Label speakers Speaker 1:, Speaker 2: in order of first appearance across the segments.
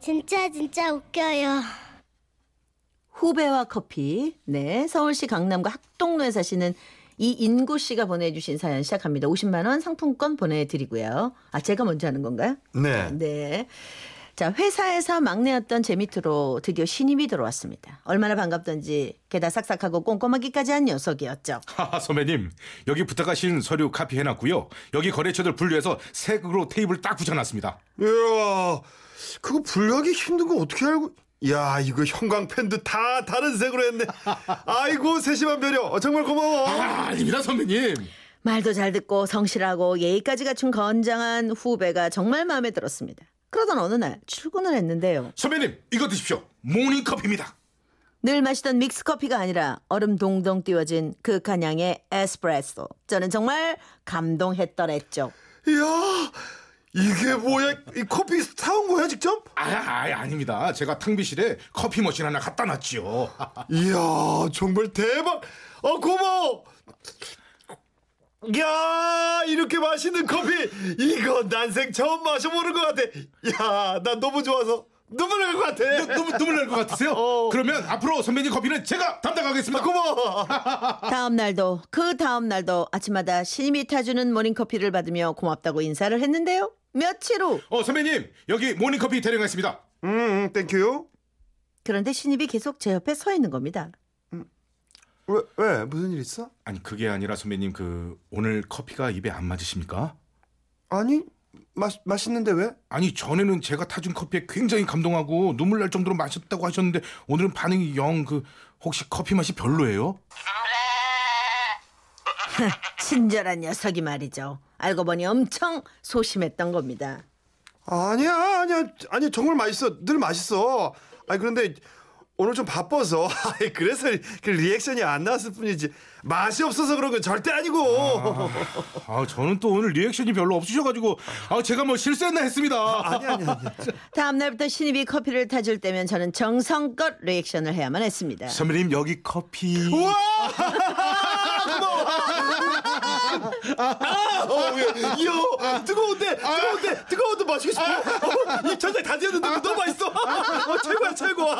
Speaker 1: 진짜 진짜 웃겨요.
Speaker 2: 후배와 커피. 네, 서울시 강남구 학동로에 사시는 이인구 씨가 보내주신 사연 시작합니다. 50만 원 상품권 보내드리고요. 아 제가 먼저 하는 건가요?
Speaker 3: 네.
Speaker 2: 네. 자 회사에서 막내였던 제 밑으로 드디어 신입이 들어왔습니다. 얼마나 반갑던지 게다 싹싹하고 꼼꼼하기까지 한 녀석이었죠.
Speaker 3: 하하 아, 선배님 여기 부탁하신 서류 카피 해놨고요. 여기 거래처들 분류해서 색으로 테이블 딱 붙여놨습니다.
Speaker 4: 이야, 그거 분류하기 힘든 거 어떻게 알고? 야, 이거 형광 펜도 다 다른 색으로 했네. 아이고, 세심한 배려. 어, 정말 고마워.
Speaker 3: 아, 아닙니다 선배님.
Speaker 2: 말도 잘 듣고 성실하고 예의까지 갖춘 건장한 후배가 정말 마음에 들었습니다. 그러던 어느 날 출근을 했는데요.
Speaker 3: 선배님 이거 드십시오. 모닝 커피입니다.
Speaker 2: 늘 마시던 믹스커피가 아니라 얼음 동동 띄워진 극한 양의 에스프레소. 저는 정말 감동했더랬죠.
Speaker 4: 이야, 이게 뭐야? 이 커피 사온 거야, 직접?
Speaker 3: 아, 아 아닙니다. 제가 탕비실에 커피 머신 하나 갖다 놨지요.
Speaker 4: 이야, 정말 대박. 어, 고마워. 야, 이렇게 맛있는 커피. 이거 난생 처음 마셔보는 것 같아. 야, 나 너무 좋아서 눈물 날 것 같아.
Speaker 3: 너무 눈물 날 것 같으세요?
Speaker 4: 어.
Speaker 3: 그러면 앞으로 선배님 커피는 제가 담당하겠습니다.
Speaker 4: 고마워.
Speaker 2: 다음 날도 그 다음 날도 아침마다 신임이 타주는 모닝커피를 받으며 고맙다고 인사를 했는데요. 며칠 후
Speaker 3: 어 선배님 여기 모닝 커피 대령했습니다.
Speaker 4: 음, 음, 땡큐.
Speaker 2: 그런데 신입이 계속 제 옆에 서 있는 겁니다.
Speaker 4: 왜, 왜? 무슨 일 있어?
Speaker 3: 아니 그게 아니라 선배님 그 오늘 커피가 입에 안 맞으십니까?
Speaker 4: 아니 맛 맛있는데 왜?
Speaker 3: 아니 전에는 제가 타준 커피에 굉장히 감동하고 눈물 날 정도로 마셨다고 하셨는데 오늘은 반응이 영 그 혹시 커피 맛이 별로예요?
Speaker 2: 친절한 녀석이 말이죠. 알고 보니 엄청 소심했던 겁니다.
Speaker 4: 아니야 아니야 아니 정말 맛있어 늘 맛있어. 아니 그런데 오늘 좀 바빠서 아이, 그래서 그 리액션이 안 나왔을 뿐이지 맛이 없어서 그런 건 절대 아니고.
Speaker 3: 아 저는 또 오늘 리액션이 별로 없으셔가지고 아 제가 뭐 실수했나 했습니다.
Speaker 4: 아니 아니 아니.
Speaker 2: 다음 날부터 신입이 커피를 타줄 때면 저는 정성껏 리액션을 해야만 했습니다.
Speaker 3: 아, 선배님 여기 커피.
Speaker 4: 우와! 고마워. 아, 어, 왜, 이야, 뜨거운데, 뜨거운데, 뜨거운데 마시고 싶어. 어, 입 천장 다 되었는데 너무 맛있어. 어, 최고야, 최고야.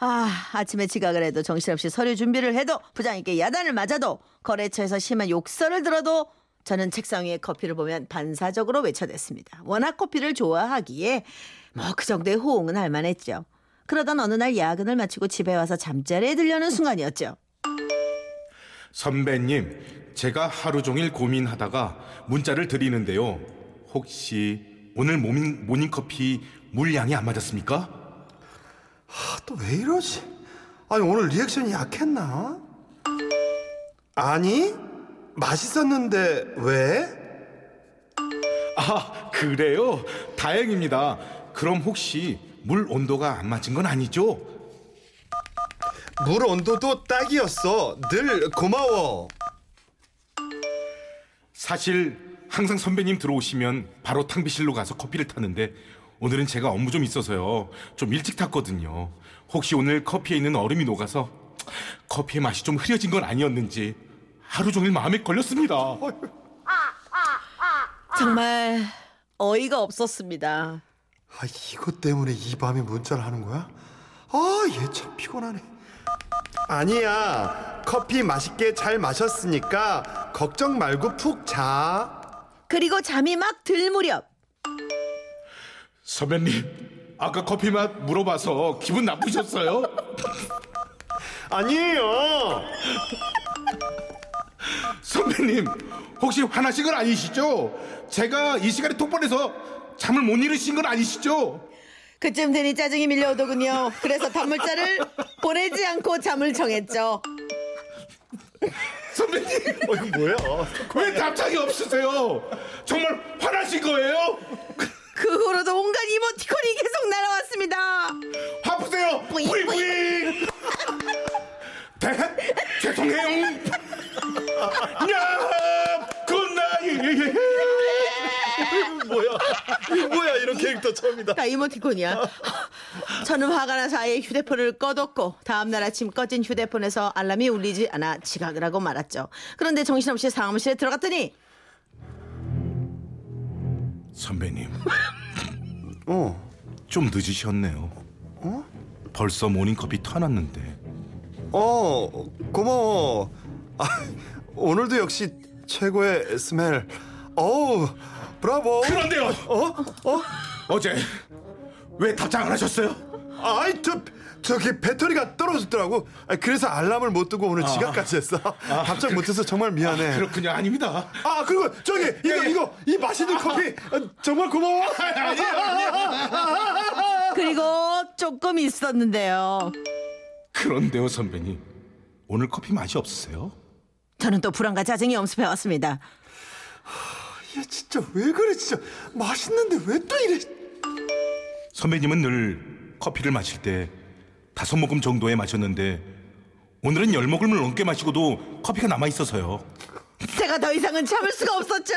Speaker 2: 아, 아침에 지각을 해도 정신없이 서류 준비를 해도 부장님께 야단을 맞아도 거래처에서 심한 욕설을 들어도 저는 책상 위에 커피를 보면 반사적으로 외쳐댔습니다. 워낙 커피를 좋아하기에 뭐 그 정도의 호응은 할 만했죠. 그러던 어느 날 야근을 마치고 집에 와서 잠자리에 들려는 순간이었죠.
Speaker 3: 선배님 제가 하루 종일 고민하다가 문자를 드리는데요. 혹시 오늘 모닝 모닝 커피 물량이 안 맞았습니까?
Speaker 4: 또 왜 이러지? 아니 오늘 리액션이 약했나? 아니 맛있었는데 왜?
Speaker 3: 아 그래요? 다행입니다. 그럼 혹시 물 온도가 안 맞은 건 아니죠?
Speaker 4: 물 온도도 딱이었어. 늘 고마워.
Speaker 3: 사실 항상 선배님 들어오시면 바로 탕비실로 가서 커피를 타는데 오늘은 제가 업무 좀 있어서요. 좀 일찍 탔거든요. 혹시 오늘 커피에 있는 얼음이 녹아서 커피의 맛이 좀 흐려진 건 아니었는지 하루 종일 마음에 걸렸습니다.
Speaker 2: 정말 어이가 없었습니다.
Speaker 4: 아 이것 때문에 이 밤에 문자를 하는 거야? 아 얘 참 피곤하네. 아니야 커피 맛있게 잘 마셨으니까 걱정 말고 푹 자.
Speaker 2: 그리고 잠이 막 들 무렵
Speaker 3: 선배님, 아까 커피 맛 물어봐서 기분 나쁘셨어요?
Speaker 4: 아니에요.
Speaker 3: 선배님, 혹시 화나신 건 아니시죠? 제가 이 시간에 톡보내서 잠을 못 이루신 건 아니시죠?
Speaker 2: 그쯤 되니 짜증이 밀려오더군요. 그래서 단물자를 보내지 않고 잠을 정했죠.
Speaker 3: 선배님!
Speaker 4: 어 이거 뭐야?
Speaker 3: 왜 답장이 없으세요? 정말 화나신 거예요?
Speaker 2: 그 후로도 온갖 이모티콘이 계속 날아왔습니다.
Speaker 3: 화푸세요!
Speaker 2: 뿌잉,
Speaker 3: 뿌잉뿌잉! 대, 죄송해요! 야! 굿나잇!
Speaker 4: 이거 뭐야? 이거 뭐야 이런 캐릭터 처음이다.
Speaker 2: 다 이모티콘이야. 저는 화가 나서 아예 휴대폰을 꺼뒀고 다음날 아침 꺼진 휴대폰에서 알람이 울리지 않아 지각을 하고 말았죠. 그런데 정신없이 사무실에 들어갔더니
Speaker 3: 선배님,
Speaker 4: 어
Speaker 3: 좀 늦으셨네요. 어? 벌써 모닝커피 타놨는데
Speaker 4: 어 고마워. 아, 오늘도 역시 최고의 스멜. 어우 브라보.
Speaker 3: 그런데요
Speaker 4: 어? 어?
Speaker 3: 어제 왜 답장을 하셨어요?
Speaker 4: 아이 저 저기 배터리가 떨어졌더라고. 아, 그래서 알람을 못 뜨고 오늘 지각까지 했어. 답장 못해서 정말 미안해.
Speaker 3: 그렇군요 아닙니다
Speaker 4: 아 그리고 저기 이거
Speaker 3: 예, 예.
Speaker 4: 이거 이 맛있는 커피 아, 정말 고마워.
Speaker 2: 그리고 조금 있었는데요.
Speaker 3: 그런데요 선배님 오늘 커피 맛이 없으세요?
Speaker 2: 저는 또 불안과 짜증이 엄습해 왔습니다.
Speaker 4: 야 진짜 왜 그래 진짜 맛있는데 왜 또 이래?
Speaker 3: 선배님은 늘 커피를 마실 때 다섯 모금 정도에 마셨는데 오늘은 열 모금을 넘게 마시고도 커피가 남아 있어서요.
Speaker 2: 제가 더 이상은 참을 수가 없었죠.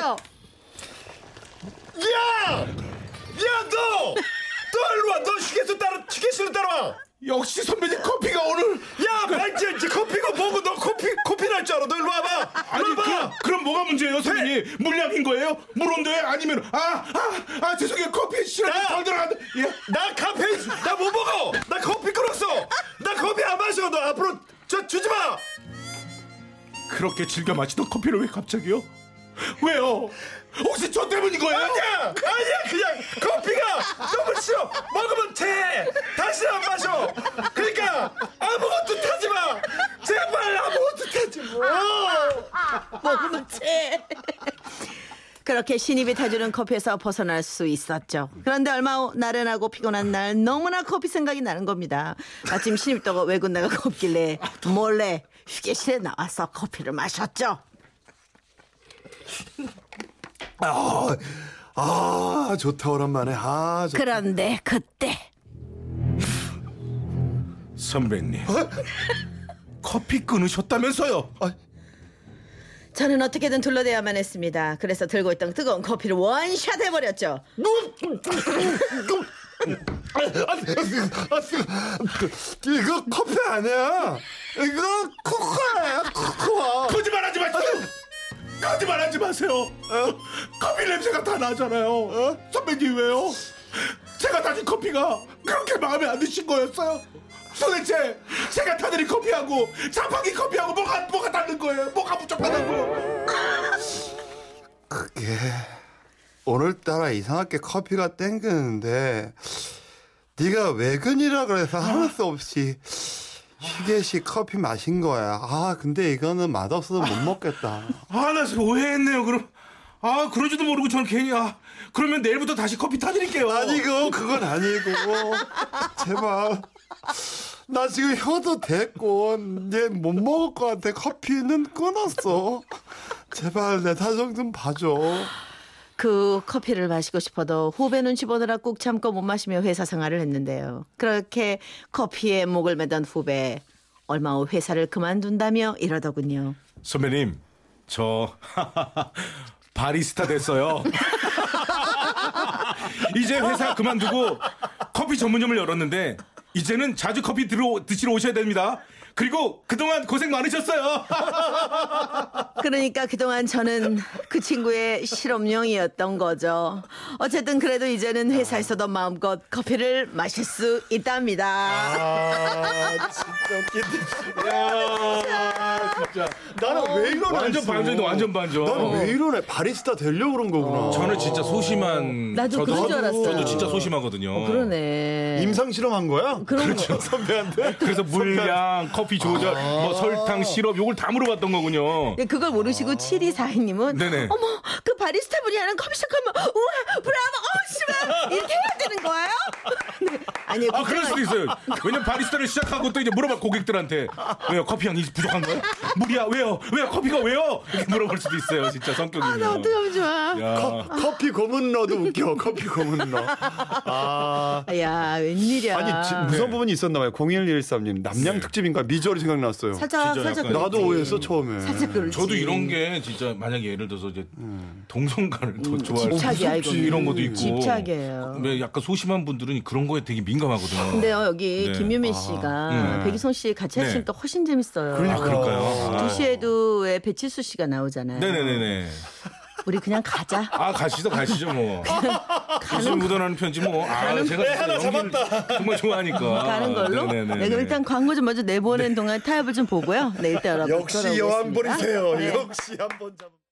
Speaker 4: 야! 야 너! 너 일로 와! 너 휴게소 따라 휴게소로 따라와!
Speaker 3: 역시 선배님 커피가 오늘 그
Speaker 4: 야 말지 이제 커피고 보고 너 커피 커피 날 줄 알아 너 일로 와봐 네.
Speaker 3: 아니
Speaker 4: 일로
Speaker 3: 그럼,
Speaker 4: 와봐
Speaker 3: 그럼 뭐가 문제예요 선배님 물량인 거예요 물온도에 아니면 아아아 죄송해요 커피
Speaker 4: 야!
Speaker 3: 시럽이 덜 들어간다 예.
Speaker 4: 나 카페인 나 못 먹어 나 커피 끊었어 나 커피 안 마셔 너 앞으로 저 주지 마
Speaker 3: 그렇게 즐겨 마시던 커피를 왜 갑자기요 왜요 혹시 저 때문인 거예요
Speaker 4: 아니야 아니야 그냥 커피가 너무 싫어 먹으면 재 다시 안 마셔 그러니까 아무것도 타지 마 제발 아무것도 타지 마
Speaker 2: 먹무채. 그렇게 신입이 타주는 커피에서 벗어날 수 있었죠. 그런데 얼마 후 나른하고 피곤한 날 너무나 커피 생각이 나는 겁니다. 마침 신입도가 외근 나가고 없길래 몰래 휴게실에 나와서 커피를 마셨죠.
Speaker 4: 아, 아 좋다 오랜만에 아 좋다
Speaker 2: 그런데 그때
Speaker 3: 선배님 커피 끊으셨다면서요
Speaker 2: 저는 어떻게든 둘러대야만 했습니다. 그래서 들고 있던 뜨거운 커피를 원샷 해버렸죠.
Speaker 4: 이거 커피 아니야 이거 코코아야 코코아
Speaker 3: 거짓말하지 마세요. 거짓말하지 마세요. 어? 커피 냄새가 다 나잖아요. 선배님 왜요? 제가 타진 커피가 그렇게 마음에 안 드신 거였어요? 도대체 제가 타드린 커피하고 자판기 커피하고 뭐가 뭐가 다른 거예요? 뭐가 부족하다고
Speaker 4: 그게 오늘따라 이상하게 커피가 땡기는데 네가 외근이라 그래서 하는 수 없이 휴게식 커피 마신 거야 아 근데 이거는 맛없어서 못 먹겠다
Speaker 3: 아나 오해했네요. 그럼 아 그러지도 모르고 저는 괜히 아 그러면 내일부터 다시 커피 타드릴게요.
Speaker 4: 아니고 그건 아니고 제발 나 지금 혀도 됐고 이제 못 먹을 것 같아 커피는 끊었어 제발 내 사정 좀 봐줘
Speaker 2: 그 커피를 마시고 싶어도 후배 눈치 보느라 꾹 참고 못 마시며 회사 생활을 했는데요. 그렇게 커피에 목을 매던 후배 얼마 후 회사를 그만둔다며 이러더군요.
Speaker 3: 선배님 저 바리스타 됐어요. 이제 회사 그만두고 커피 전문점을 열었는데 이제는 자주 커피 들어, 드시러 오셔야 됩니다. 그리고 그동안 고생 많으셨어요.
Speaker 2: 그러니까 그동안 저는 그 친구의 실험용이었던 거죠. 어쨌든 그래도 이제는 회사에서도 마음껏 커피를 마실 수 있답니다.
Speaker 4: 아 진짜 웃긴데 야 진짜 나는 왜 이러나
Speaker 3: 완전 반전이다, 완전 반전.
Speaker 4: 나는 왜 이러네 바리스타 되려고 그런 거구나
Speaker 3: 저는 진짜 소심한
Speaker 2: 나도 저도- 그런 줄 알았어요.
Speaker 3: 저도 진짜 소심하거든요.
Speaker 2: 어, 그러네.
Speaker 4: 임상 실험한 거야? 그렇죠,
Speaker 2: 그런 거.
Speaker 4: 선배한테
Speaker 3: 그래서 물량, 커피 조절, 뭐 설탕, 시럽 요걸 다 물어봤던 거군요.
Speaker 2: 예, 그걸 모르시고 7242님은
Speaker 3: 어. 네네.
Speaker 2: 어머 그 바리스타 분이 하는 커피숍 가면 우와 브라보 어우 씨발 이렇게 해야 되는 거예요? 네. 아니
Speaker 3: 아 그럴 수도 있어요. 왜냐면 바리스타를 시작하고 또 이제 물어봐 고객들한테 왜요 커피 양이 부족한 거예요? 물이야 왜요? 왜요 커피가 왜요? 이렇게 물어볼 수도 있어요. 진짜 성격이면.
Speaker 2: 아, 나 어떡하면 좋아
Speaker 3: 야,
Speaker 4: 커피 고문 넣어도 웃겨 커피 고문 넣어 아
Speaker 2: 야 웬일이야
Speaker 4: 아니 지-
Speaker 3: 네.
Speaker 4: 무서운 부분이 있었나 봐요. 0113님 남양 특집인가 미주얼이 생각났어요.
Speaker 2: 살짝
Speaker 3: 진짜
Speaker 2: 살짝
Speaker 3: 약간- 네.
Speaker 2: 그렇지.
Speaker 4: 나도 오해했어 처음에.
Speaker 2: 살짝 그렇지
Speaker 3: 저도 이런 게 진짜 만약에 예를 들어서 이제 동성간을 더 좋아할
Speaker 2: 음. 집착이야,
Speaker 3: 어, 무섭지.
Speaker 2: 이거는. 음,
Speaker 3: 이런 것도 있고
Speaker 2: 집착이에요.
Speaker 3: 왜 약간 소심한 분들은 그런 거에 되게 민감하거든요.
Speaker 2: 근데요 어- 여기
Speaker 3: 네.
Speaker 2: 김유민 씨가 백이성 씨 같이
Speaker 3: 네. 그러니까
Speaker 2: 하시니까 훨씬 재밌어요
Speaker 3: 아 그럴까요? 아.
Speaker 2: 두시에도 왜 배칠수 씨가 나오잖아요
Speaker 3: 네네네네.
Speaker 2: 우리 그냥 가자.
Speaker 3: 아 가시죠 가시죠 뭐. 무슨 묻어나는 편지 뭐. 아
Speaker 4: 가는-
Speaker 3: 제가
Speaker 4: 네, 하나
Speaker 3: 연기를 정말 좋아하니까.
Speaker 2: 가는 걸로.
Speaker 3: 네, 네, 네,
Speaker 2: 네, 그럼
Speaker 3: 네.
Speaker 2: 일단 광고 좀 먼저 내보낸 동안 타협을 좀 보고요. 네, 일단 여러분
Speaker 4: 역시
Speaker 2: 돌아오겠습니다.
Speaker 4: 여한 벌이세요.
Speaker 2: 네.
Speaker 4: 역시 한번 잡아.